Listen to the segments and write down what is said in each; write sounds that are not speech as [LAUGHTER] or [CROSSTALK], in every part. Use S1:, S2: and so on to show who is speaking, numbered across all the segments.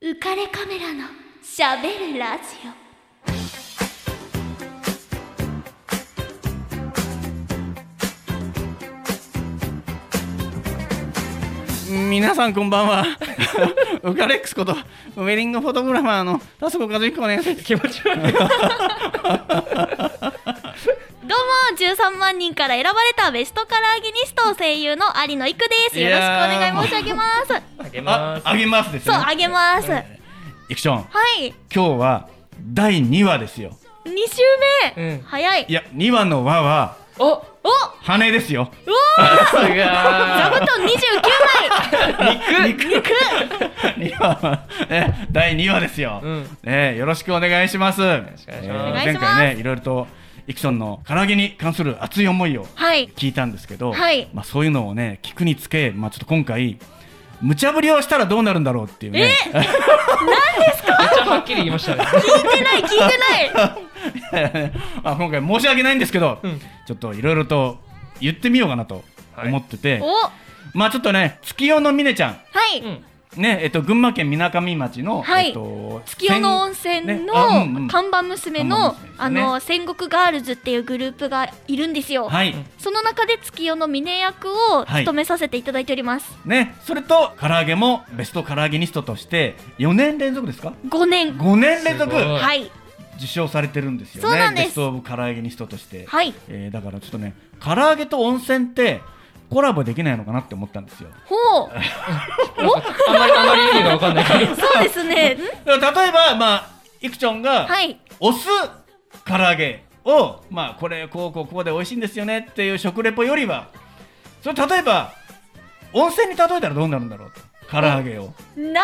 S1: 浮かれカメラのしゃべるラジ
S2: 皆さんこんばんは [LAUGHS] ウカレックスことウェディングフォトグラファーの田底和彦です
S3: 気持ち悪い
S1: オどうも13万人から選ばれたベストカラーギニスト声優の有野育ですよろしくお願い申し上げます
S2: [LAUGHS]
S3: あげ
S2: あ
S3: ま、
S2: あげますです
S1: そう
S2: ね
S1: あげますは
S2: イクション
S1: い
S2: 今日は第2話ですよ
S1: 2週目、
S3: うん
S1: 早い
S2: いや2話の輪は
S3: すお
S1: おう
S2: 羽です
S3: [LAUGHS]
S2: よ
S1: おー
S3: さす
S1: 座布
S3: が
S1: 団29枚
S2: [LAUGHS] 肉肉2話は、ね、第2話ですよ、
S3: うん
S2: ね、よろしくお願いしますよろ
S3: しくお願いします
S1: お願い
S2: 前
S1: します
S2: 回ねいろいろとイクションの唐揚げに関する熱い思いを
S1: はい
S2: 聞いたんですけど、
S1: はい
S2: まあ、そういうのをね聞くにつけ、まあ、ちょっと今回無茶ぶりをしたらどうなるんだろうっていうね
S3: めっちゃはっきり言いましたね
S1: 聞いてない聞いてない
S2: [LAUGHS] まあ今回申し訳ないんですけど、
S3: うん
S2: ちょっといろいろと言ってみようかなと思ってて、
S1: おは
S2: まあちょっとね月夜のみねちゃ
S1: い、
S3: うん
S2: んねえっと群馬県みなかみ町の、
S1: はい
S2: えっと
S1: 月夜野温
S2: ね
S1: 泉
S2: あうんうん
S1: の看板娘の、
S2: 看板娘ですね
S1: あの戦国ガールズっていうグループがいるんですよ、
S2: はい、
S1: その中で月夜の峰役を務めさせていただいております、
S2: ね、それと唐揚げもベスト唐揚げニストとして4年連続ですか
S1: 5年
S2: 5年連続
S3: すごい
S1: はい
S2: 受賞されてるんですよね
S1: そうなんです
S2: ベストオブ唐揚げニストとして、
S1: はい
S2: えーだからちょっとね唐揚げと温泉ってコラボできないのかなって思ったんですよ
S1: ほう
S3: あんまりあんまり意味がわかんないから
S1: そうです
S2: [LAUGHS]
S1: ねん
S2: だから例えばまあいくちゃんが、
S1: はい
S2: お酢唐揚げをまあこれこうこうこうで美味しいんですよねっていう食レポよりはそれ例えば温泉に例えたらどうなるんだろうと唐揚げを、
S1: なる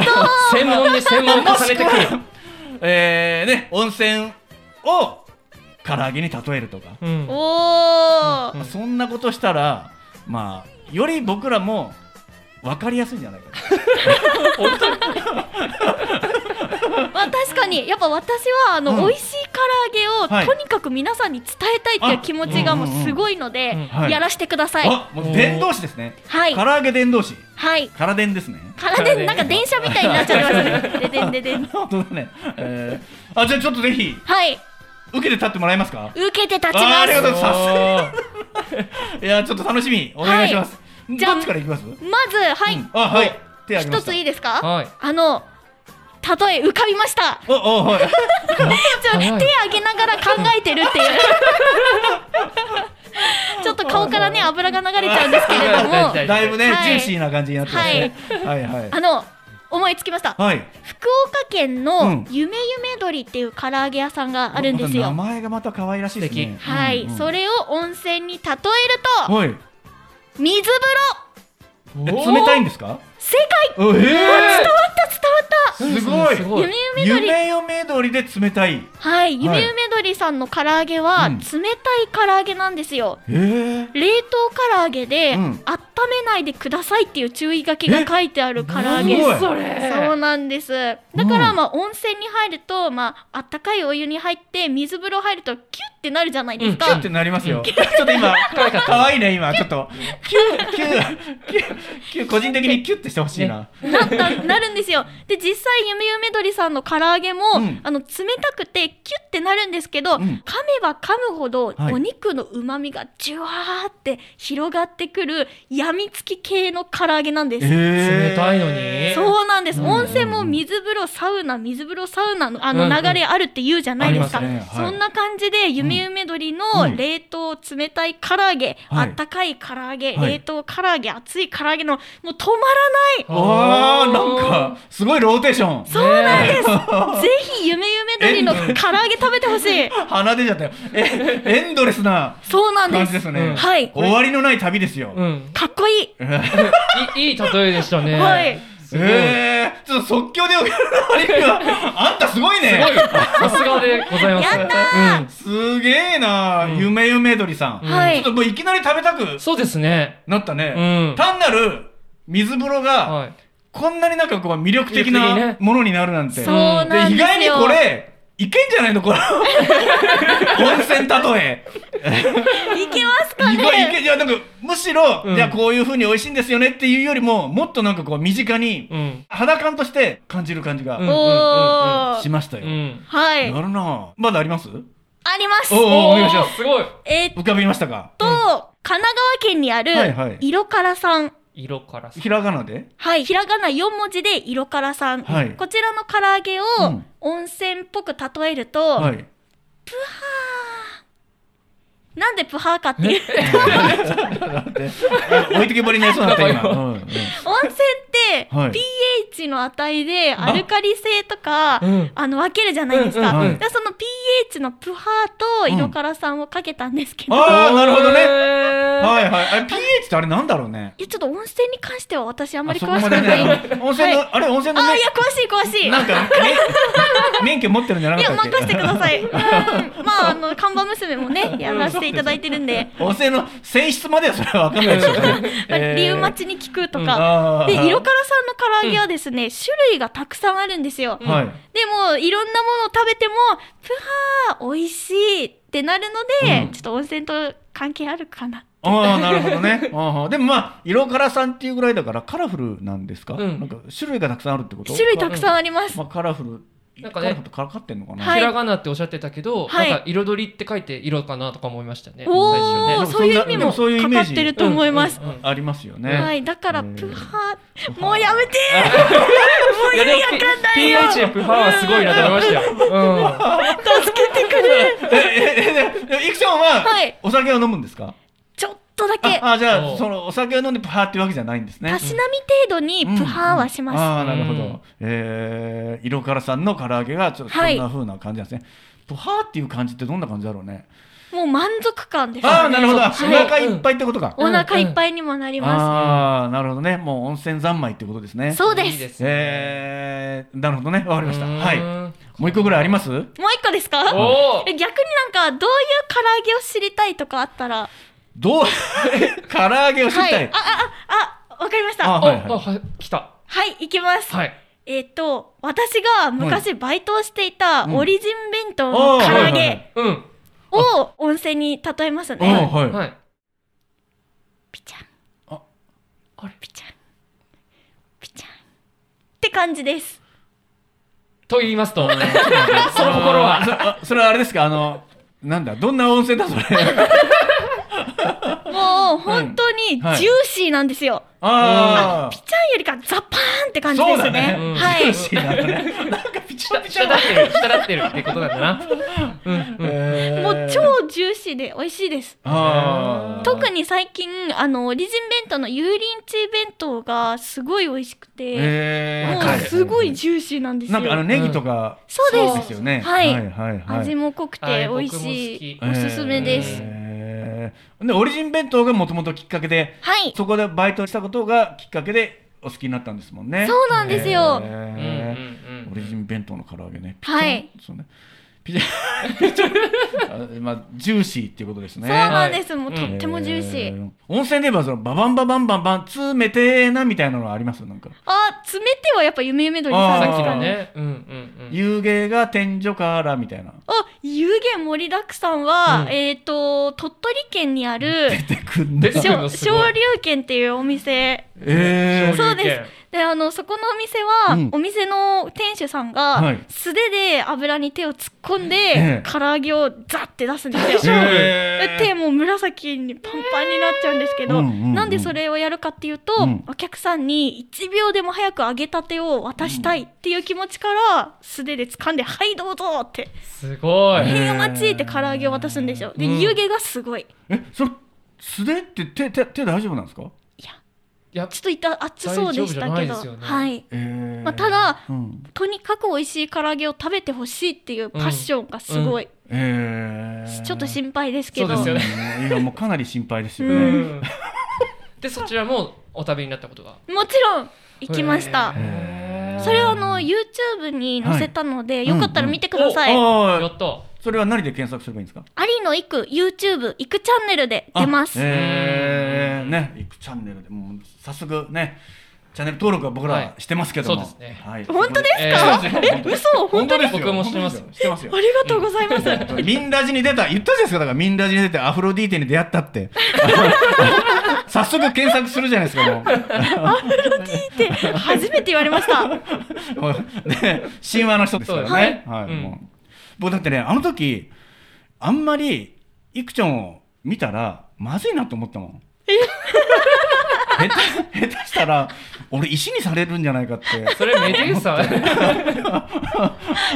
S1: ほど
S3: 専門で専門を重ねてくる
S2: えー、ね温泉を唐揚げに例えるとか、
S3: うん
S1: お
S3: う
S1: ー
S3: ん
S2: そんなことしたらまあより僕らも分かりやすいんじゃないかな
S3: 本当に
S1: まあ確かにやっぱ私はあの、
S2: うん
S1: 美味しい唐揚
S2: は
S1: げ
S2: い
S1: をとにかく皆さんに伝えたいっていう気持ちがもうすごいので、
S3: うんうんうん
S2: はい
S1: やらしてください
S2: あもう伝道師ですね
S1: はい
S2: 唐揚げ伝道師
S1: はい
S2: 唐伝ですね
S1: 体でなんか電車みたいになっちゃいますねで
S2: [LAUGHS]
S1: でんででん
S2: 本当だね、えー、あじゃあちょっとぜひ
S1: はい
S2: 受けて立ってもらえますか
S1: 受けて立ち
S2: あーあ
S1: ま
S2: りが
S1: す
S2: とうございます。い [LAUGHS] やちょっと楽しみお願いします。
S1: じゃあ
S2: どっちからいきます？
S1: まずはい、
S2: うんあはい。手挙げま
S1: 一
S2: した。
S1: ついいですか、
S3: はい
S1: あの例え浮かびました
S2: おおはい。
S1: ちょ
S3: はい
S1: 手挙げながら考えてるっていう
S2: [LAUGHS]
S1: ちょっと顔からね油が流れちゃうんですけれども
S3: 大丈
S2: [LAUGHS]
S3: 夫
S2: だいぶね、
S1: はい
S2: ジューシーな感じになってますね。はいはい
S1: あの思いつきました
S2: はい。
S1: 福岡県
S2: うん
S1: のゆめゆめ鶏っていう唐揚げ屋さんがあるんです
S2: また名
S1: よ
S2: 前がまた可愛らしいですね。
S1: はい、
S2: うんうん
S1: それを温泉に例えると
S2: はい。
S1: 水風呂
S2: え冷たいんですか？
S1: 正解
S2: ええ
S3: うん
S2: すごい
S3: す
S1: ゆ
S3: ご
S1: めゆ
S3: い
S1: め
S2: ー。
S1: 鶏
S2: 夢よめどりで冷たい。
S1: はい、ゆめゆめ鶏さんの唐揚げは、
S2: うん
S1: 冷たい唐揚げなんですよ。
S2: ええ。
S1: 冷凍唐揚げで、
S2: うん
S1: 温めないでくださいっていう注意書きが書いてある唐揚げ
S2: えすごい
S3: それ
S1: そうなんですだから、
S2: うん
S1: まあ、温泉に入ると、まあったかいお湯に入って水風呂入るとキュッてなるじゃないです
S2: キュ
S1: か、
S2: ッてなりますよ。ちょっと今可愛いね今ちょっとキュキュキュキュ個人的にキュッてしてほしいな。
S1: なったなるんですよで実際ゆめゆめ鶏さんの唐揚げも、
S2: うん
S1: あの冷たくてキュッてなるんですけど、
S2: うん
S1: 噛めば噛むほど、
S2: はい
S1: お肉のうまみがじゅわーって広がってくるやみつき系の唐揚げなんです、
S2: 冷
S3: 冷たいのに
S1: そうなんです、
S2: うん
S1: 温泉も水風呂サウナ水風呂サウナのあ
S3: う
S1: の
S3: んうん
S1: 流れあるって言うじゃないですか、
S2: ありますねはい
S1: そんな感じでゆめゆめ鶏の
S2: うん
S1: 冷凍冷たい唐揚げ、
S2: はい
S1: あったかい唐揚げ、
S2: はい
S1: 冷凍唐揚げ熱い唐揚げのもう止まらない
S2: あーなんかすごいローテーション
S1: そうなんです。ぜひ夢夢鶏の唐揚げ食べてほしい。
S2: 鼻出ちゃったよえエンドレスな
S1: そうなんで。
S2: 感じですすね、
S3: うん
S1: はい。
S2: 終わりのない旅ですよ、
S3: うん
S1: かっこいい。
S3: いいいい例えでしたね
S1: はい。
S3: すごい
S2: えー、ちょっと即興で送られるわあんたすごい
S3: すごい
S2: ね
S3: さすがでございます
S1: やったー
S3: うん
S2: すげえな、
S3: うん
S2: 夢夢鳥さん、
S3: うん
S1: は
S2: ちょっ
S1: い
S2: と。もういきなり食べたく
S3: そうですね
S2: なった
S3: う
S2: ね、
S3: ん
S2: 単なる水風呂が、
S3: はい
S2: こんなになんかこう魅力的
S3: 魅力
S2: な
S3: 的ね
S2: ものになるなんて
S1: そうなん
S2: で
S1: です
S2: 意
S1: よ。
S2: 外にこれいけんじゃな
S1: [LAUGHS]
S2: いのこれ温泉例え
S1: いけますか
S2: い
S1: ね
S2: やいけいやなんかむしろ、
S3: うん
S2: じゃあこういう風に美味しいんですよねっていうよりももっとなんかこう身近に
S3: うん。
S2: 肌感として感じる感じ
S3: う
S1: お
S2: が
S3: ん
S1: ー、
S2: しましたよ、
S3: うん。
S1: はい
S2: なるなぁまだあります
S1: あります
S2: おーお願いします
S3: すごい。
S1: えーっ
S2: 浮かびましたか
S1: と、神奈川県にある
S2: はいはい
S1: 色からさん
S3: 色からさ。
S2: ひらがなで
S1: はい、ひらがな4文字で色からさん、
S2: はい
S1: こちらの唐揚げを
S2: うん
S1: 温泉っぽく例えると、
S2: はい
S1: なんでプハーかっていう
S2: だってあの置いてけぼりになりそうになった今、うんうん
S1: [LAUGHS] 温泉って、
S2: はい
S1: pH の値でアルカリ性とかあ、
S3: うん
S1: の分けるじゃないですか、
S2: うんうんうん
S1: だからその pH のプハーと色からさんをかけたんですけど、い
S2: ああなるほどね
S3: ね。
S2: はいはいあれ pH ってあれなんだろうね
S1: やちょっと温泉に関しては私あんまり
S2: そ
S1: 詳
S2: こ
S1: し
S2: ま
S1: く
S2: で
S1: ない、
S2: ね温泉の、あれ温泉の
S1: あ
S2: ね
S1: いや詳しい詳しい
S2: なんかめ免許持ってるんじゃないかっ
S1: や
S2: たっけ
S1: 任せてくだ
S2: [LAUGHS]
S1: さい、うん、まああの看板娘もねやらせていただいてるんで、
S2: 温泉の泉質まではそれは分かんないでしょうね
S1: [LAUGHS] まあ
S2: えー
S1: リウマチに効くとか、
S2: あー
S1: で色からさんの唐揚げはですね、種類がたくさんあるんですよ、
S2: はい
S1: でもいろんなものを食べてもプハー美味しいってなるので、
S2: うん
S1: ちょっと温泉と関係あるかな
S2: ああなるほどね [LAUGHS] あーでもまあ色からさんっていうぐらいだからカラフルなんですか、
S3: うん
S2: なんか種類がたくさんあるってこと
S1: 種類たくさんあります、
S2: まあカラフル
S3: なんかね
S2: カラフルとからかってんのかな、
S1: はい
S3: ひらがなっておっしゃってたけど、
S1: はい
S3: なんか彩りって書いて色かなとか思いましたね。
S1: お
S3: 最初ね
S1: ー
S2: でも
S1: そういう意味
S2: で
S1: も
S2: もそういうイ
S1: か
S2: メ
S1: か
S2: ー
S1: っ
S2: ジ
S1: てると思います、
S3: うんうんうん
S2: ありますよね、
S1: はいだから
S2: うん
S1: プハーもうやめて
S3: いやでも P- PH やプハーはすごいなと思いましたよ。
S2: [LAUGHS] えええでもいくちゃんは、
S1: はい
S2: お酒を飲むんですか
S1: ちょっとだけ
S2: ああじゃ
S3: お
S2: あそのお酒を飲んでパーってわけじゃないんですね
S1: たしなみ程度にプハーはします、
S2: ああなるほど、
S3: うん
S2: えー、色からさんの唐揚げがちょっとそ
S1: は
S2: ん
S1: い
S2: な風な感じなんですね、プハーっていう感じってどんな感じだろうね
S1: もう満足感です
S2: ああなるほど、
S3: そう
S1: そう
S2: お腹いっぱいってことか、
S1: お腹いっぱいにもなりま
S2: ああなるほどねもう温泉三昧ってことですね
S1: す、そうです
S3: いいですね。
S2: えー、なるほどねわかりました
S3: うーん
S2: はいもう一個ぐらいあります
S1: もう一個ですか
S3: おお
S1: え。逆になんかどういう唐揚げを知りたいとかあったら
S2: どう [LAUGHS] 唐揚げを知りたい、
S1: はい、ああああわかりました
S2: あ
S1: は
S2: はい
S3: ああはい来た。
S1: い行きます、
S3: はい。
S1: えっ、と私が昔バイトをしていた
S2: うん
S1: オリジン弁当の唐揚げ
S3: うん。
S1: を温泉に例えます
S2: うん
S1: ね
S2: はい
S3: はい。
S1: ピチャン
S2: あ
S1: あれピチャンピチャンって感じです
S3: と言いますと、その心
S2: あ [LAUGHS]
S3: は。
S2: そあそれはあれですかあのなんだどんな温泉だそれ
S1: [LAUGHS] もう本当にジューシーなんですよ、
S2: あ
S1: ピチャンよりかザパーンって感じです
S2: そうだ
S1: ね
S2: ね
S3: うん
S1: は
S2: [LAUGHS] あ
S1: い
S2: 嬉しいな、ね、なんかピチャピチ
S3: 下
S2: ャ
S3: だ
S2: だ
S3: ってる、下だってるってことなんだな。
S2: えー
S1: もう超ジューシーで美味しいです
S2: あー
S1: 特に最近あのオリジン弁当の油淋鶏弁当がすごい美味しくて、
S2: えー
S1: も
S3: わか
S1: う
S3: る
S1: すごいジューシーなんです
S2: な
S1: よ
S2: んかあのネギとか、
S1: そう
S2: そ
S1: で
S2: う
S1: す
S2: ですよね。
S1: はい
S2: はいはいはい
S1: 味も濃く
S3: は
S1: て
S3: い
S1: 美味しい
S3: 僕
S1: おすすめです、
S2: えーでオリジン弁当がもともときっかけで、
S1: はい
S2: そこでバイトしたことがきっかけでお好きになったんですもんね。
S1: そうなんですよ
S2: え
S3: うんう
S2: ー
S3: ん
S2: オ
S3: う
S2: リジ
S3: ん。
S2: ン弁当の唐揚げね。
S1: はい
S2: そうね。 [LAUGHS] ピザあまあジューシーっていうことですね。
S1: そうなんです、
S3: はい
S1: もうとってもジューシー、
S2: えー温泉で言えばそのババンババンバンバン詰めてーなみたいなのはありますなんか。
S1: あ冷てはやっぱ夢夢鳥さん
S2: あ
S3: さ
S2: ー
S3: っきの
S1: あ
S3: ね。うんうんうん。
S2: 湯気が天井からみ
S1: [LAUGHS]
S2: たいな。
S1: 湯気盛りだくさんは、
S3: うん
S1: えっ、と鳥取県にある
S2: 出てくんね
S3: 出てくるのすごい
S1: 昇竜軒っていうお店
S2: えー
S1: そうですであのそこのお店は、
S2: うん
S1: お店の店主さんが、
S2: はい
S1: 素手で油に手を突っ込んで、
S2: ええ
S1: 唐揚げをザッて出すんですよ。
S2: えー
S1: 手もう紫にパンパンになっちゃうんですけど、
S2: うんうんうん
S1: なんでそれをやるかっていうと、
S2: うん
S1: お客さんに1秒でも早く揚げたてを渡したいっていう気持ちから素手で掴んで「はいどうぞ!」って
S3: すご
S1: 「
S3: い
S2: え。
S1: 変お待ち!」って唐揚げを渡すんですよで
S3: うん
S1: 湯気がすごい
S2: えそれ素手って手手手大丈夫なんですか、
S3: やっ
S1: ちょっといた熱そうでしたけ
S3: 大丈夫じゃないで
S1: ど
S3: すよね
S1: はい
S2: えー
S1: まあただ
S2: うん
S1: とにかく美味しい唐揚げを食べてほしいっていうパッションがすごい、
S2: えー、
S1: ちょっと心配ですけど
S3: そうですよね
S2: うんいやもうかなり心配です
S1: [LAUGHS]
S2: よ
S3: う
S2: ね、 [LAUGHS]
S3: んで、そちらもお食べになったことが。
S1: もちろん行きました
S2: へー
S1: それをあの YouTube に載せたので、よかったら見てください、
S2: あ
S3: や
S2: ー
S3: った。は
S2: それは何で検索すればいいんですか
S1: アリの行く YouTube 行くチャンネルで出ます、
S2: あえー、ねいくチャンネルでもう早速ねチャンネル登録は僕
S3: はい
S2: らしてますけども、
S3: そうですね
S2: はい
S1: 本当です
S3: か
S2: えー
S1: え嘘
S2: 本当ですよ
S3: 僕もしてますよ
S2: 本当でしてますよ
S1: ありがとうございます。
S2: ミンラジに出た言ったじゃないですかだからミンラジに出てアフロディーテに出会ったって早速検索するじゃないですかもう
S1: って初めて言われました。
S2: もう [LAUGHS] ね、神話の人ですからね。
S3: そうだね
S2: はい
S3: うん
S2: もう僕だってね、あの時、あんまり、いくちゃんを見たら、まずいなと思ったもん。 [LAUGHS] 下手下手したら、俺、石にされるんじゃないかって。
S3: それめでさ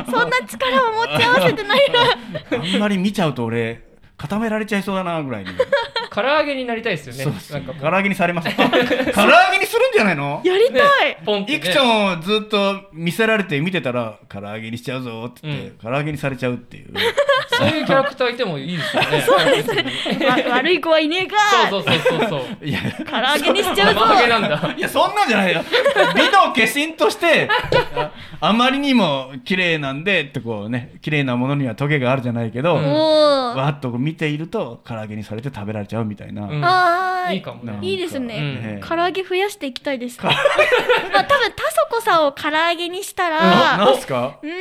S1: そんな力を持ち合わせてないな。
S2: あんまり見ちゃうと、俺、固められちゃいそうだなぐらいに。
S3: 唐揚げになりたいですよね
S2: そうです
S3: なん
S2: ね
S3: か。
S2: 唐揚げにされます。唐揚げにするんじゃないの
S1: やりたい。
S3: ポンって、ね、
S2: いくちゃんをずっと見せられて見てたら、唐揚げにしちゃうぞって言って、
S3: うん
S2: 唐揚げにされちゃうっていう。
S3: そういうキャラクターいてもいいですよね
S1: そうです。わ悪い子はいねえか。
S3: そうそうそうそうそう
S2: いや
S1: 唐揚げにしちゃうぞ。
S3: 唐揚げなんだ
S2: いや、そんなんじゃないよ。美の化身として、ああまりにも綺麗なんで、ってこうね、綺麗なものにはトゲがあるじゃないけど、
S3: うん
S1: おお。
S2: わっとこう見ていると、唐揚げにされて食べられちゃうみたいな。
S3: うん
S1: あー
S3: いいかもね
S2: なん
S1: いいですね。
S2: うん
S1: 唐揚げ増やしていきたいです。 [LAUGHS] まあ多分タソコさんを唐揚げにした
S2: な
S1: ら、
S2: なんすか
S1: うーん。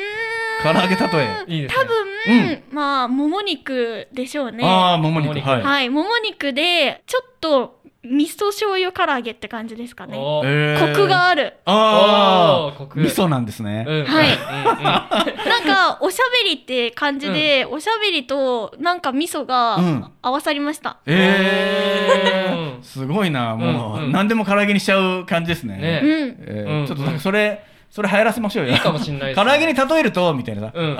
S2: 唐揚げ例え。
S3: いいですね
S1: 多
S2: う
S1: 分まあもも肉でしょうね。
S2: ああ、もも
S3: もも
S2: 肉。
S3: 肉
S2: はい。
S1: はい、もも肉でちょっと味噌醤油唐揚げって感じですかね。コ
S3: おー
S2: えー
S1: ク。がある。
S2: あ
S3: おーコ
S2: あ、
S3: ク
S2: 味噌なんですね。
S3: うん
S1: はい
S3: い
S1: なんか
S3: [LAUGHS]
S1: おしゃべりって感じで、おしゃべりとなんか味噌
S2: うん
S1: が合わさりました。
S2: え
S3: う
S2: ー、
S3: ん
S2: すごいな、もう、
S3: うんうん
S2: 何でも唐揚げにしちゃう感じですね。
S1: うん。
S3: ね
S2: え
S3: う
S2: ー
S3: ん
S2: ちょっとなんかそれ、それ流行らせましょうよ。
S3: いいかもしんないです
S2: [LAUGHS] 唐
S3: ね
S2: 揚げに例えると、みたいなさ。
S3: うん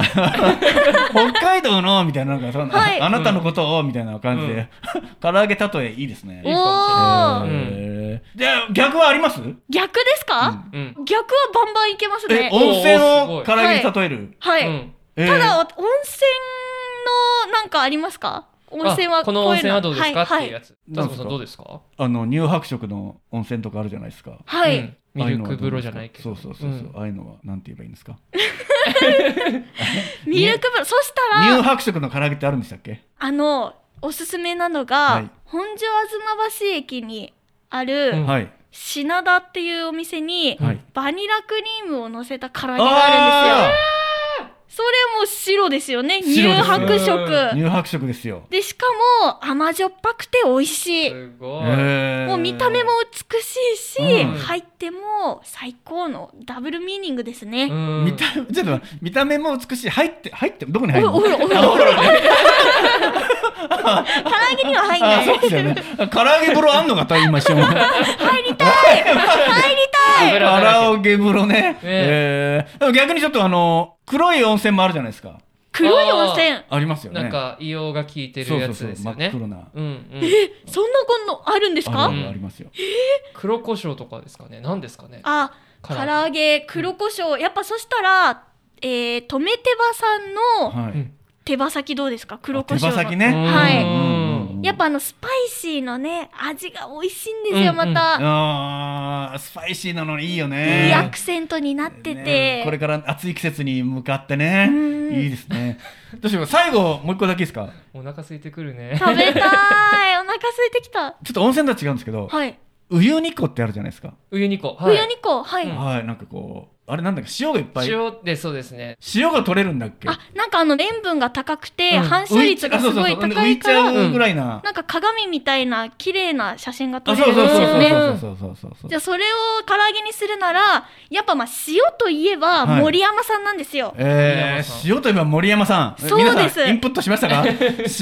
S2: 北海道のみたいななんかそんな、
S1: はい
S2: あなたのことをみたいな感じで、
S3: うん
S2: [LAUGHS] 唐揚げたとえいいですね。
S1: お
S3: いいか
S1: おー、
S3: もしれない
S2: えーじゃあ逆はあります？
S1: 逆ですか、
S3: うん
S1: 逆はバンバンいけます
S2: え
S1: ね。
S2: 温泉
S3: お
S2: を
S3: ーす
S2: 唐
S3: ご
S1: い
S2: 揚げに例える。
S1: はい、
S3: うん
S2: えー
S1: ただお温泉のなんかありますか？温泉は
S3: あこの温泉は
S1: こ
S3: ど
S1: う
S3: う
S1: い
S3: ですかって
S1: はい
S3: いう
S1: は
S3: や
S1: い
S3: つ
S2: い
S3: タスコさんどうですか
S2: あの乳白色の温泉とかあるじゃないですか。
S1: はい
S3: うんミルク風呂じゃないけ
S2: ああう
S3: ど
S2: のはどうですかそうそうそうそう、
S3: ん
S2: ああいうのはなんて言えばいいんですか
S1: ミルク風呂。そしたら
S2: 乳白色の唐揚げってあるんでしたっけ
S1: あのおすすめなのが、
S2: はい
S1: 本所吾妻橋駅にある、
S3: うん
S2: はい
S1: 品田っていうお店に、
S2: はい
S1: バニラクリームを乗せた唐揚げがあるんですよ。
S2: あ
S1: それも白ですよね。乳
S2: 白です
S1: 白
S2: ー
S1: 色。
S2: 乳白色ですよ
S1: で、しかも甘じょっぱくて美味しい。
S3: すごい
S2: えー
S1: もう見た目も美しいし、
S2: うん
S1: 入っても最高のダブルミーニングですね。
S3: うん
S2: 見た [LAUGHS] ちょっと待って見た目も美しい入って入ってどこに
S1: お風呂、
S2: 入るの
S1: お風呂、お風呂。お風呂唐 [LAUGHS] 揚げには入ん
S2: あ
S1: な
S2: そうで
S1: い。
S2: すよね。唐揚げ風呂あんのかと今一
S3: [LAUGHS]
S2: 瞬。
S1: 入りたい入りたい
S3: 油
S2: 唐
S3: だらけ
S2: 揚げ風呂ね。え
S3: え
S2: ーでも逆にちょっとあの黒い温泉もあるじゃないですか。
S1: 黒い温泉。
S2: ありますよね。
S3: なんか硫黄が効いて
S2: そ
S3: る
S2: う
S3: や
S2: そう
S3: つ
S2: そう
S3: です
S2: 真
S3: よ
S2: っ
S3: ね
S2: 黒な。
S3: うんうん
S1: [LAUGHS] そんなこんのあるんです
S2: あ
S1: か
S2: るあるありますよ。
S3: 黒胡椒とかですかね何ですかね
S1: あ、唐
S3: 唐揚げ
S1: 揚げ、黒胡椒。やっぱそしたら、えー、止め手羽さんの
S2: は
S3: う
S2: い
S3: ん。
S1: 手羽先どうですか黒胡椒
S2: 手
S1: の
S2: 羽先ね。
S1: はい
S3: うん
S1: やっぱあのスパイシーのね味が美味しいんですよ
S3: うん
S1: ま
S3: うん
S1: た、
S2: あースパイシーなのにいいよ
S1: いいア
S2: ね
S1: ク。セントになってて、
S2: ねこれから暑い季節に向かってね
S1: うん
S2: いいですねどうしよう最後もう一個だけいいですか
S3: お腹空いてくるね
S1: 食べたいお腹空いてきた
S2: ちょっと温泉とは違うんですけど
S1: はい
S2: ウユニ湖ってあるじゃないですか
S3: ウユニコはい
S1: 冬にこうはい、
S3: うん
S2: はいなんかこうあれなんだっけ塩がいっぱい
S3: 塩でそうですね
S2: 塩が取れるんだっけ
S1: あなんかあの塩分が高くて、
S3: うん
S1: 反射率がすごい高いか
S2: 浮いちゃ
S1: ら
S2: うぐらいな。
S1: なんか鏡みたいな綺麗な写真が撮
S2: あ、
S1: れる
S2: そうんそ
S1: で
S2: う
S1: す
S2: そ
S1: よ
S2: うそう
S1: ね
S2: そうそうそうそうそう
S1: じゃあそれを唐揚げにするならやっぱまあ塩といえば
S2: はい
S1: 森山さんなんですよ、
S2: え
S3: 森山さ
S2: ー、塩といえば森山さん。
S1: そう
S2: 皆さん
S1: です
S2: インプットしました
S1: [LAUGHS]
S2: か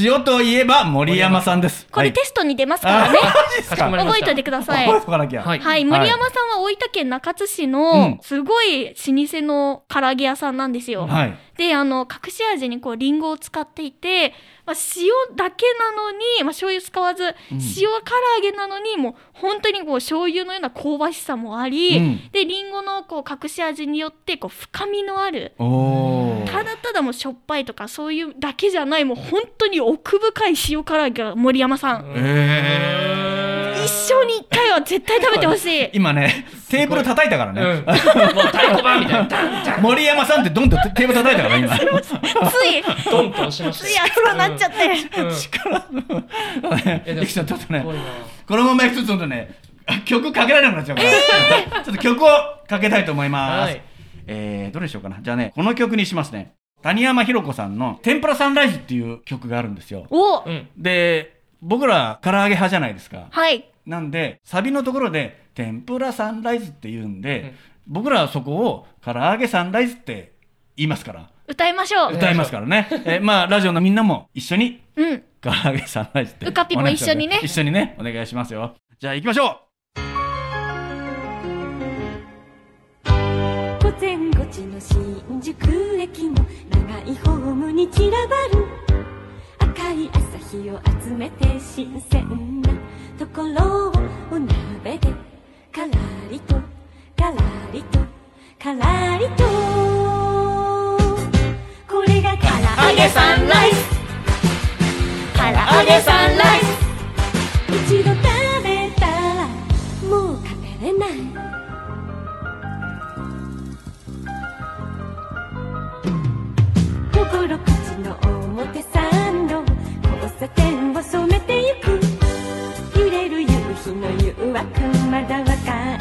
S2: 塩といえば森山さんです。
S1: これ
S2: はい
S1: テストに出ますからね、
S2: あマジっす
S3: かしこまり
S1: [LAUGHS]
S3: ま
S1: 覚え
S3: した
S1: ておいてください
S2: 覚えとかなきゃ。
S3: はい
S1: はい、森山さんは大分県中津市の
S2: うん
S1: すごい老舗の唐揚げ屋さんなんですよ。
S2: はい。
S1: であの隠し味にこうリンゴを使っていて、まあ、塩だけなのに、まあ、醤油使わず、
S2: ん
S1: 塩唐揚げなのにもう本当にこう醤油のような香ばしさもあり、
S2: うん
S1: でリンゴのこう隠し味によってこう深みのある。
S2: お
S1: た
S2: ー。
S1: だただもうしょっぱいとかそういうだけじゃないもう本当に奥深い塩唐揚げが森山さん、
S2: え
S1: 一生に一回は絶対食べてほしい
S2: ー。今ね、テーブル叩いたから
S3: うん [LAUGHS] もう
S2: ね。
S3: 太鼓判みたいなダンダン
S2: 森山さんってどんどんテーブル叩いたか
S1: [LAUGHS]
S2: ら、今。
S1: つい
S3: ドンと押しまし
S1: つ
S3: た
S1: い熱くなっちゃって、
S3: うん
S2: 力の。
S3: いやで
S2: い
S3: も
S2: [LAUGHS] くちゃん、ちょっと
S3: すごい
S2: ね、
S3: な
S2: このままいくとちょっとね、曲かけられなくなっちゃうから、ちょっと曲をかけたいと思います、
S3: はい
S2: えー、どれにしようかなじゃあねこの曲にしますね谷山ひろ子さんの「天ぷらサンライズ」っていう曲があるんですよ
S1: お
S3: うん
S2: で僕ら唐揚げ派じゃないですか
S1: はい
S2: なんでサビのところで「天ぷらサンライズ」って言うんで、僕らはそこを「唐揚げサンライズ」って言いますから
S1: 歌いましょう
S2: 歌いますからね、えーまあラジオのみんなも一緒に
S1: うん
S2: 唐揚げサンライズって
S1: うかぴも一緒にね
S2: お願いします一緒にねお願いしますよじゃあ行きましょ
S4: 午前5時の新宿駅の長いホームに散らばる赤い朝日を集めて新鮮なところをお鍋でカラリとカラリとカラリとこれがから揚げサンライズ
S1: から揚げサンライズ
S4: 一度食べたらもう食べれないところ口の表参道交差点を染めてゆく揺れる夕日の誘惑まだ若い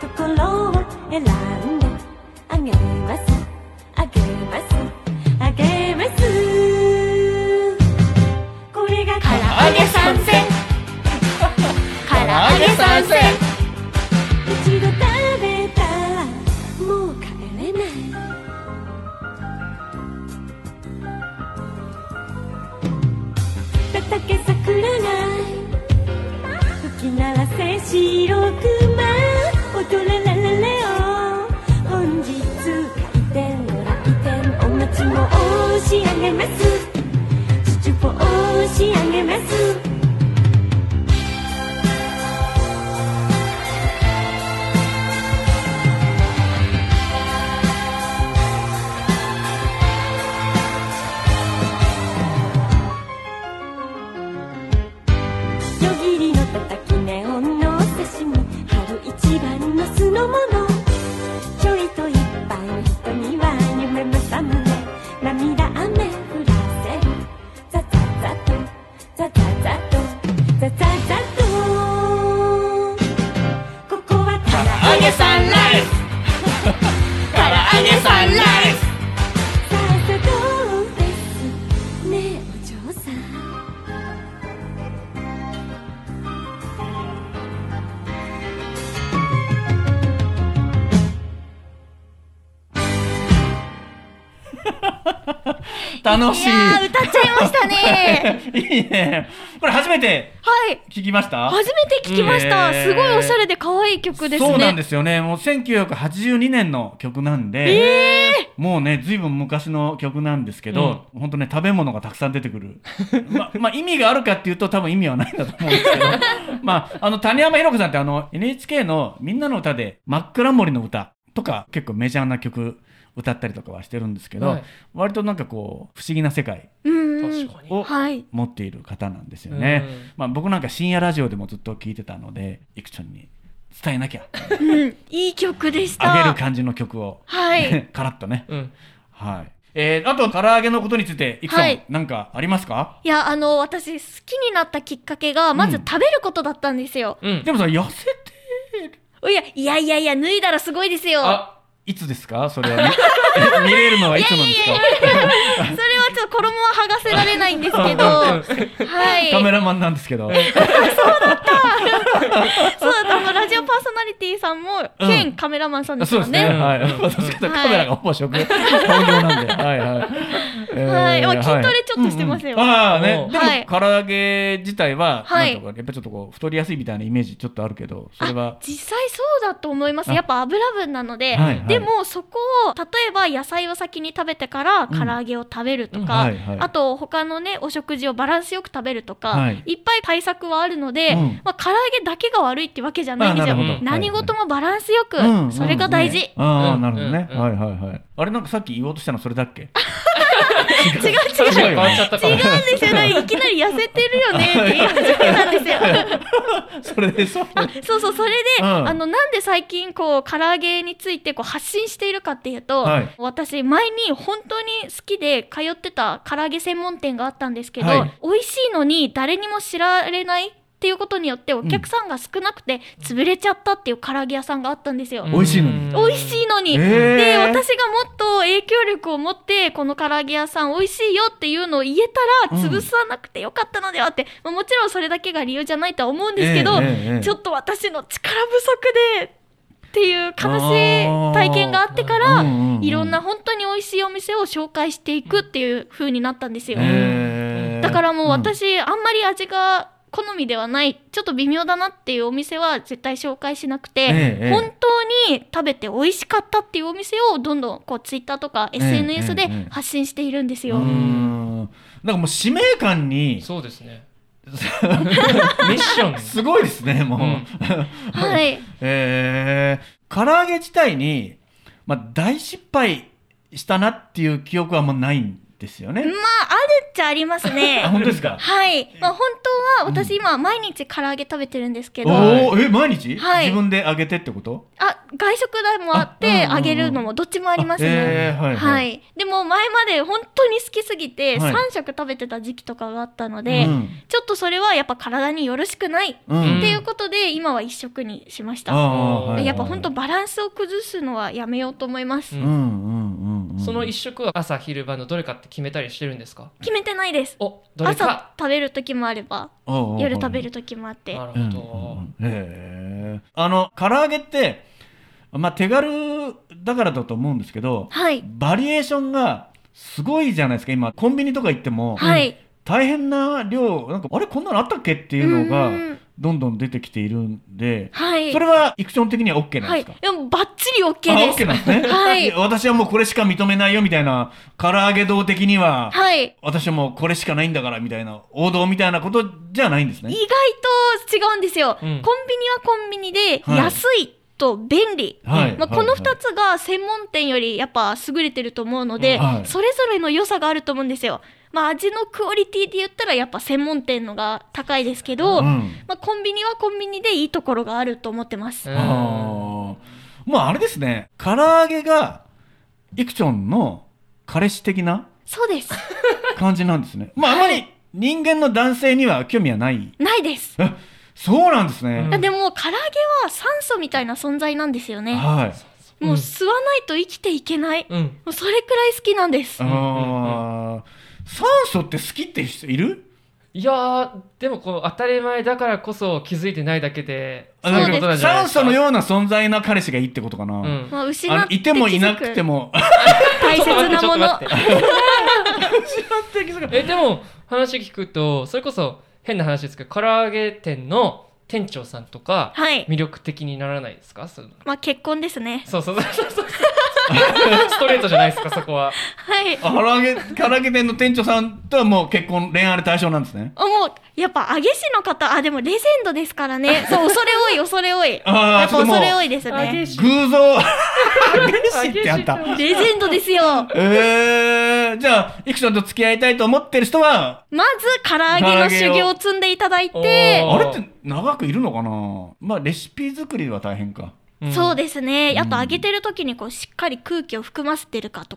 S4: ところを選んであげますあげますあげますこれがから揚げ参戦
S1: から揚げ参戦
S4: 一度食べたらもう帰れない叩け桜が吹き鳴らせ白くま踊れられれよ本日開店ご来店お待ちを申し上げます父を申し上げますよぎりのたたきネオンのお刺身春一番の酢の物ちょいと一杯の人には夢むさむね涙雨降らせるザザザとザザザとザザザとここはから揚げサンライズ
S1: から揚げサンライズ
S4: さあさどうですねえお嬢さん
S2: う楽しい
S1: いやー歌っちゃいました
S2: [LAUGHS]
S1: ね
S2: いいねこれ初めて
S1: はい
S2: 聞きました
S1: 初めて聞きました、
S2: えー
S1: すごいおしゃれで可愛い曲ですね
S2: そうなんですすよねもう1982年の曲なんで、もうねずいぶん昔の曲なんですけど、本当ね食べ物がたくさん出てくる [LAUGHS] ままあ意味があるかっていうと多分意味はないんだと思うんですけど [LAUGHS] まああの谷山ひろ子さんってあの NHK の「みんなの歌で「真っ暗森の歌」とか結構メジャーな曲歌ったりとかはしてるんですけど、
S3: はい
S2: 割となんかこう不思議な世界
S1: うんうん
S3: 確かに
S2: を
S1: はい
S2: 持っている方なんですよね
S3: うん。
S2: まあ、僕なんか深夜ラジオでもずっと聞いてたので、いくちゃんに伝えなきゃ、
S1: うんいい曲でした
S2: あげる感じの曲を、
S1: はい
S2: [LAUGHS] カラッとね。
S3: うん
S2: はい。えー、あと、唐揚げのことについて、いくちゃん、
S1: はい
S2: なんかありますか
S1: いやあの私好きになったきっかけがまず
S2: うん
S1: 食べることだったんですよ、
S3: うん
S2: でもさ、痩せて、
S1: いやいやいやいや脱いだらすごいですよ
S3: あ
S2: いつですかそれは [LAUGHS] ね。見れるのはいつなんですか
S1: それはちょっと衣は剥がせられないんですけ
S2: [LAUGHS]
S1: どはい
S2: カメラマンなんですけど。
S1: そうあのラジオパーソナリティさんも、
S2: うん
S1: 兼カメラマンさん
S2: あ
S1: です
S2: そ
S1: よ
S2: うですね。
S1: ね。
S2: はい。
S3: うん
S2: 私方カメラがほぼ職業なんで。はいはい。えー
S1: はいまあ筋トレちょっとしてますよ
S2: うんうんああ
S3: う
S2: ね。
S3: ん
S2: で
S1: はい
S2: も、唐揚げ自体は、
S1: はい
S2: なんとかやっぱちょっとこう、太りやすいみたいなイメージちょっとあるけど、それは。
S1: 実際そうだと思います。
S2: あ
S1: やっぱ油分なので、
S2: はいはい
S1: でもそこを例えば野菜を先に食べてから唐揚げを食べるとか、
S2: うんうんはいはい
S1: あと他のねお食事をバランスよく食べるとか、
S2: はい
S1: い、っぱい対策はあるので、
S2: うん
S1: まあ唐揚げだけが悪いってわけじゃないんですよ
S2: あなるほ。ど
S1: 何事もバランスよく、
S2: うん
S1: それが大事。
S2: うんああ、
S3: うん
S2: なるほどね。
S3: うん
S2: はいはいはい。あれ、なんかさっき言おうとしたのそれだっけ
S1: 違う違
S3: 確かに
S1: う。違
S3: 変わっちゃったかも
S1: うんですよ、いきなり痩せてるよねっていう話なんですよ。
S2: それです。
S1: あ [LAUGHS] そうそうそれで、
S2: うん
S1: あのなんで最近こう唐揚げについてこう発信しているかっていうと、
S2: はい
S1: 私前に本当に好きで通ってた唐揚げ専門店があったんですけど、
S2: はい
S1: 美味しいのに誰にも知られないっていうことによってお客さんが少なくて潰れちゃったっていう唐揚げ屋さんがあったんですよ。
S2: 美味しいのに
S1: 美味しいのに、
S2: えー
S1: で私がもっと影響力を持ってこの唐揚げ屋さん美味しいよっていうのを言えたら
S2: うん
S1: 潰さなくてよかったのではって、まあもちろんそれだけが理由じゃないとは思うんですけど、
S2: ええええええ
S1: ちょっと私の力不足でっていう悲しい体験があってから、
S2: あーうんうんうん
S1: いろんな本当に美味しいお店を紹介していくっていう風になったんですよ。
S2: えー
S1: だからもう私、あんまり味が好みではないちょっと微妙だなっていうお店は絶対紹介しなくて、
S2: ええ
S1: 本当に食べて美味しかったっていうお店をどんどんこうツイッターとか
S2: え
S1: SNS
S2: え
S1: で
S2: えええ
S1: 発信しているんです
S2: う
S1: よ。
S2: んうんだからもう使命感に
S3: そうです
S2: [LAUGHS]
S3: ねミッション
S2: すごいですねもう、
S3: うん
S1: はい、
S2: えー、唐揚げ自体に、まあ、大失敗したなっていう記憶はもうないんですよ
S1: まあ
S2: ね。
S1: あるっちゃあります
S2: [LAUGHS] あ
S1: ね。
S2: 本当ですか
S1: はい、まあ、本当は
S2: う
S1: 私今毎日唐揚げ食べてるんですけ
S2: お
S1: ど、
S2: おーえ毎日、
S1: はい
S2: 自分で揚げてってこと
S1: あ外食代もあって
S2: あうんうんうん
S1: 揚げるのもどっちもありますね。
S2: えーはい
S1: は
S2: はい
S1: い、でも前まで本当に好きすぎて
S2: はい
S1: 3食食べてた時期とかがあったので、
S2: うん
S1: ちょっとそれはやっぱ体によろしくないっ
S2: うん
S3: うん
S1: ていうことで今は1食にしまし
S2: あ
S1: た、
S2: ーはい
S1: やっぱ本当バランスを崩すのはやめようと思います、
S3: う
S2: うんんうんうんうん
S3: その一食は朝昼晩のどれかって決めたりしてるんですか
S1: 決めてないです
S3: おどれ
S1: 朝
S3: か
S1: 食べる時もあれば夜食べる時もあって
S3: なるほ
S2: うんうん
S3: ど、
S2: うんへえあの唐揚げって、まあ、手軽だからだと思うんですけど
S1: はい
S2: バリエーションがすごいじゃないですか今コンビニとか行っても、
S1: はい、
S2: 大変な量なんかあれこんなのあったっけっていうの
S1: う
S2: が
S1: んうん
S2: どんどん出てきているんで、
S1: はい
S2: それはイクション的には OK なん
S1: は
S2: で
S1: い
S2: すか、
S1: でもバッチリ OK
S2: あ
S1: です
S2: OK なんですね、
S1: [LAUGHS] はい
S2: や [LAUGHS] 私はもうこれしか認めないよみたいな唐揚げ道的には、
S1: はい
S2: 私はもうこれしかないんだからみたいな王道みたいなことじゃないんです
S1: 意
S2: ね
S1: 外と違うんですよ、
S3: うん
S1: コンビニはコンビニで
S2: はい
S1: 安いと便利、
S2: はい
S1: まあ、
S2: はい
S1: この
S2: はい
S1: 2つが専門店よりやっぱ優れてると思うので、
S2: はい
S1: それぞれの良さがあると思うんですよ、まあ、味のクオリティで言ったらやっぱ専門店のが高いですけど、
S2: うん
S1: まあ、コンビニはコンビニでいいところがあると思ってます、
S3: うん
S2: あーもうあれですね唐揚げがイクションの彼氏的な
S1: そうです
S2: 感じなんです
S1: [LAUGHS]
S2: ねまああまり人間の男性には興味はない
S1: ないです
S2: えそうなんですね、
S3: うん
S1: でも唐揚げは酸素みたいな存在なんですよね
S2: はい。
S3: うん
S1: もう吸わないと生きていけない、も
S3: うん
S1: うそれくらい好きなんです
S2: あ
S3: ん
S2: あー、酸素って好きって人いる？
S3: いやーでもこう当たり前だからこそ気づいてないだけで
S2: あ
S1: そうです
S3: いことなんじゃない
S2: 酸
S3: ですか
S2: 素のような存在な彼氏がいいってことかな。
S3: うん
S1: まあ、失
S2: あ
S1: っ
S2: の
S1: て
S2: いてもいなくて
S1: も
S2: も、
S1: 大切なもの
S3: ちょっと待ってちょっと待って
S2: [LAUGHS]
S3: えでも話聞くとそれこそ変な話ですけど唐揚げ店の店長さんとか
S1: はい。
S3: 魅力的にならないですかそう
S1: まあ結婚ですね。
S3: そうそうそうそうそうストレートじゃないですかそ
S2: [LAUGHS]
S3: こは
S1: はい。
S2: 唐揚げ [LAUGHS] 唐揚げ店の店長さんとはもう結婚恋愛の対象なんですね。
S1: あもうやっぱ揚げ師の方あでもレジェンドですからね。そう恐れ多い恐れ多い。やっ
S2: あー
S1: ぱ
S2: ちょっともう
S1: 恐れ多いです
S3: 揚げ
S1: ね。
S3: 師
S1: [LAUGHS]
S2: 偶像彼氏ってあった。
S1: レジェンドですよ。
S2: えー、じゃあイクションと付き合いたいと思ってる人は
S1: まず唐揚げの修行を積んでいただい
S3: お
S1: て、
S3: ー
S2: あれって長くいるのかなまあレシピ作りは大変か
S1: そう
S3: で
S1: ですね。あと揚げてる時にこうしっかり空気を含ませてるかと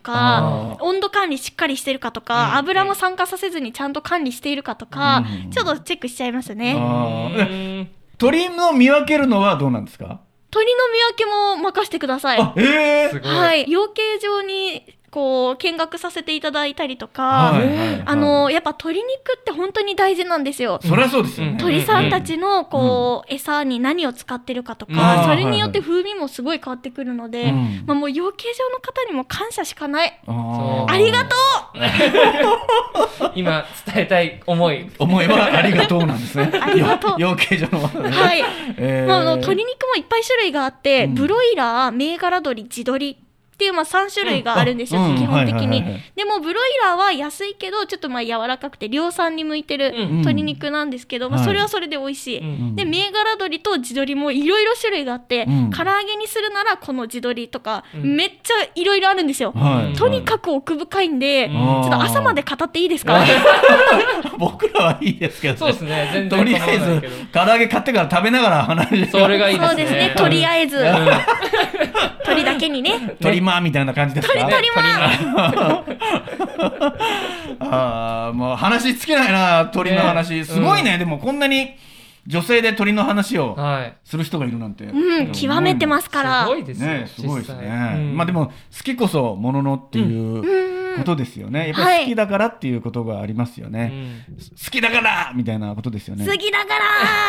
S1: か、
S2: あ
S1: 温度管理しっかりしてるかと
S3: うん
S1: か、油も酸化させずにちゃんと管理しているかとか
S2: うん、
S1: ちょっとチェックしちゃいます
S3: う
S1: ね。
S2: あー
S3: ーん
S2: 鳥の見分けるのはどうなんですか
S1: 鳥の見分けも任せてください。
S2: あええ
S3: すごい、
S1: はい、養鶏場にこう見学させていただいたりとか、
S2: はいはいはい
S1: あのやっぱ鶏肉って本当に大事なんですよ。
S2: そりゃそうですよね。
S1: 鳥さんたちのこう、餌に何を使ってるかとか、
S2: あー
S1: それによって風味もすごい変わってくるので、
S2: うん
S1: まあ、もう養鶏場の方にも感謝しかない。
S2: あー
S1: ありがと
S3: 今伝えたい思い
S2: 思えばありがとうなんですね。
S1: [LAUGHS] ありがとう
S2: よ養鶏場の技
S1: う
S2: でね。
S1: はい、
S2: えー
S1: まあ、あの鶏肉もいっぱい種類があって、
S2: うん
S1: ブロイラー銘柄鶏地鶏っていうまあ3種類があるんですよ、
S2: うん
S1: 基本的に、
S2: うんはいはいはい
S1: でもブロイラーは安いけどちょっとまあ柔らかくて量産に向いてる
S3: うん
S1: 鶏肉なんですけど、ま
S2: は
S1: あ、
S2: い
S1: それはそれで美味しい、
S3: うん
S1: で銘柄鶏と地鶏もいろいろ種類があって、
S2: うん
S1: 唐揚げにするならこの地鶏とか、
S3: うん
S1: めっちゃいろいろあるんですよ、
S2: はい
S1: とにかく奥深いんで、
S3: うん
S1: ちょっと朝まで語っていいですか
S2: 僕らはいいですけど、
S3: そうですね全
S2: と
S3: 然
S2: り
S3: 構
S2: あ
S3: わ
S2: え
S3: ない
S2: ず
S3: けど
S2: 唐揚げ買ってから食べながら話し
S3: それがいいですね
S1: そうですねとりあえず
S3: うん
S1: 鳥だけにね
S2: 鳥まーみたいな感じですか。
S1: 鳥鳥まん
S2: [LAUGHS] ああもう話尽きないな鳥の話、
S3: ね
S2: すごいね、
S3: う
S2: でもこんなに女性で鳥の話を
S3: はい。
S2: する人がいるなんて、
S1: うん、極めてますから。
S3: すごいですよ。
S2: ねすごいです
S3: 実際
S2: ね、まあで、も好きこそもののっていう
S1: う
S2: うん
S1: うん
S2: ことですよね、やっぱり好きだからっていうことがありますよ
S3: う
S2: ね、
S3: ん
S2: 好きだからみたいなことですよね
S1: 次だか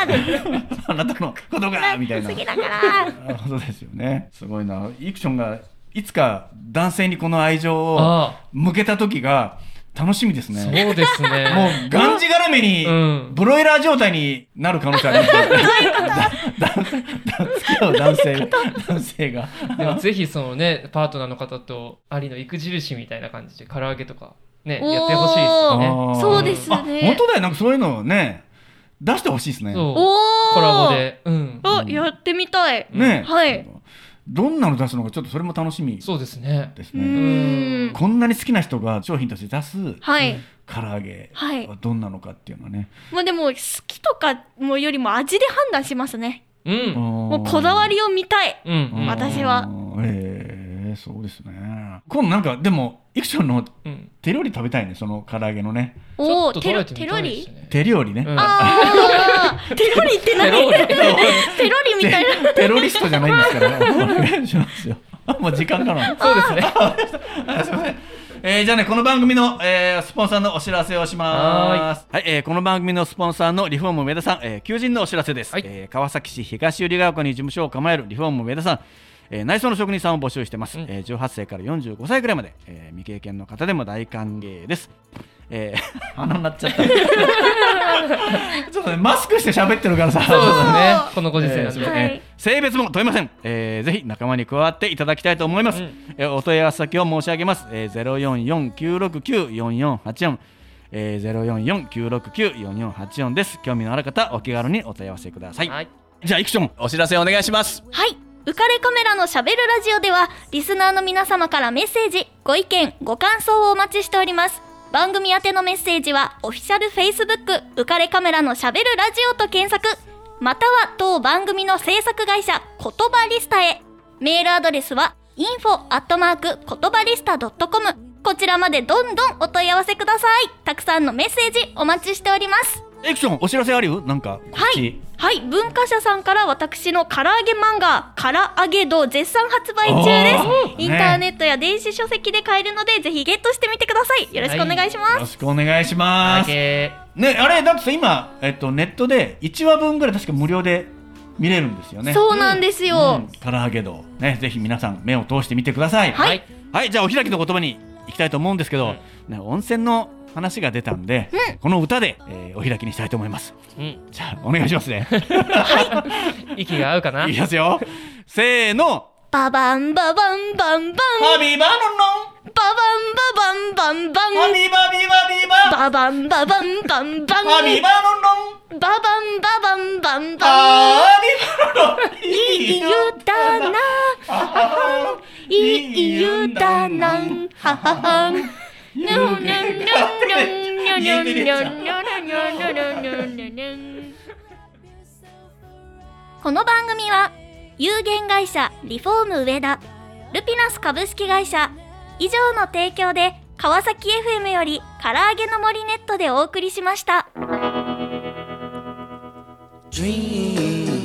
S1: らー
S2: [LAUGHS] あなたのことがみたいな
S1: 次だからー
S2: ことですよねすごいなイクションがいつか男性にこの愛情を
S3: あ
S2: 向けた時が楽しみです
S3: あ、
S2: ね
S3: そうですね。
S2: [LAUGHS] もうがんじがらめに、
S3: うん
S2: ブロイラー状態になる可能性ありますよ。だだ
S1: [LAUGHS]
S2: 付き合う男性、男性が。
S3: でもぜひそのね、パートナーの方と、アリの行く印みたいな感じで、唐揚げとか、ね、
S1: おー
S3: やってほしいですよね。
S2: あー
S1: そうですね
S2: あ本当だよ、なんかそういうのをね、出してほしいですね。
S3: そう。
S1: おー
S3: コラボで。うん。
S1: あ、やってみたい。
S2: ね、
S1: はい。
S2: どんなの出すのか、ちょっとそれも楽しみで
S3: そうですね。
S2: す
S1: う
S2: ね。
S1: ーん。
S2: こんなに好きな人が商品として出す
S1: はい。
S2: 唐揚げ
S1: はい
S2: はどんなのかっていうのはね。
S1: まあでも、好きとかもよりも味で判断しますね。
S3: うん。うん
S1: も
S2: も
S1: うこだわりを見たい。
S3: うん。うん
S1: 私は。
S2: ええ、そうですね。今度なんか、でも、イクションの
S3: うん。
S2: 手料理食べたいね、その唐揚げのね。
S3: ち
S1: お
S3: ょっ
S1: お、
S3: と
S1: テ
S3: 食
S1: ロ、
S3: べて
S1: テ
S3: み
S1: ロ
S3: たいです
S1: リ
S3: ね。
S2: 手料理ね。
S3: うん
S1: ああ、 [LAUGHS] テロリって
S3: テ
S1: 何
S3: ロリ。
S1: [LAUGHS] テロリみたいな。
S2: テテロリストじゃないんですからね。お願いしますよ。あもう時間かな。
S3: そうですね。
S2: あすいません。えーじゃあね、この番組の、えースポンサーのお知らせをします。はいえーこの番組のスポンサーのリフォーム上田さん、えー求人のお知らせです、
S3: はい
S2: えー川崎市東百合ヶ丘に事務所を構えるリフォーム上田さん、えー内装の職人さんを募集してます。
S3: うん
S2: えー18歳から45歳くらいまで、えー未経験の方でも大歓迎です。えー鼻になっちゃった。 [LAUGHS] ちょっとね、マスクして喋ってるからさ。
S3: そうですね。このご時世なん
S2: えー
S3: で。
S1: はい
S2: えー性別も問いません、えーぜひ仲間に加わっていただきたいと思います、
S3: うん
S2: えーお問い合わせ先を申し上げます、えー、044-969-4484えー、044-969-4484です興味のある方お気軽にお問い合わせください、
S3: はい。
S2: じゃあイクションお知らせお願いします
S1: はい。浮かれカメラのしゃべるラジオでは、リスナーの皆様からメッセージ、ご意見、ご感想をお待ちしております。番組宛てのメッセージは、オフィシャル Facebook、浮かれカメラのしゃべるラジオと検索、または当番組の制作会社、言葉リスタへ。メールアドレスは、info@ 言葉リスタ .com。こちらまでどんどんお問い合わせください。たくさんのメッセージお待ちしております。
S2: イクションお知らせあるよなんか告知、
S1: はい、はい、文化社さんから私の唐揚げ漫画「唐揚げ堂」絶賛発売中
S2: お
S1: で
S2: ー
S1: すインターネットや電子書籍で買えるのでぜひゲットしてみてくださいよろしくお願いします、
S2: よろしくお願いします、
S3: 揚
S2: ねあれだってさ今、えっと、ネットで1話分ぐらい確か無料で見れるんですよね
S1: そうなんですよ、
S2: うん唐揚げ道ねぜひ皆さん目を通してみてください
S1: はい
S3: はい。
S2: はい、じゃあお開きの言葉に行きたいと思うんですけど、ね、温泉の話が出たんで、この歌で、えーお開きにしたいと思います。
S3: うん。
S2: じゃあお願いしますね。
S3: 息が合うかな。
S2: いきますよ。せーの。
S1: ババンババンバンバン
S2: ハビバノン
S1: ババンババンバン
S2: ノン。
S1: バ
S2: ハ
S1: ン
S2: ビバビバビバ。
S1: ババンババンバンバン
S2: ハビバノンノン。
S1: ババンババンバンバン
S2: ハビバノンノン。
S1: いい湯だな
S2: あ
S1: いい湯だなはははん
S2: 湯気が家で出ちゃう
S1: この番組は有限会社リフォーム上田ルピナス株式会社以上の提供で川崎 FM より唐揚げの森ネットでお送りしました。
S5: Dream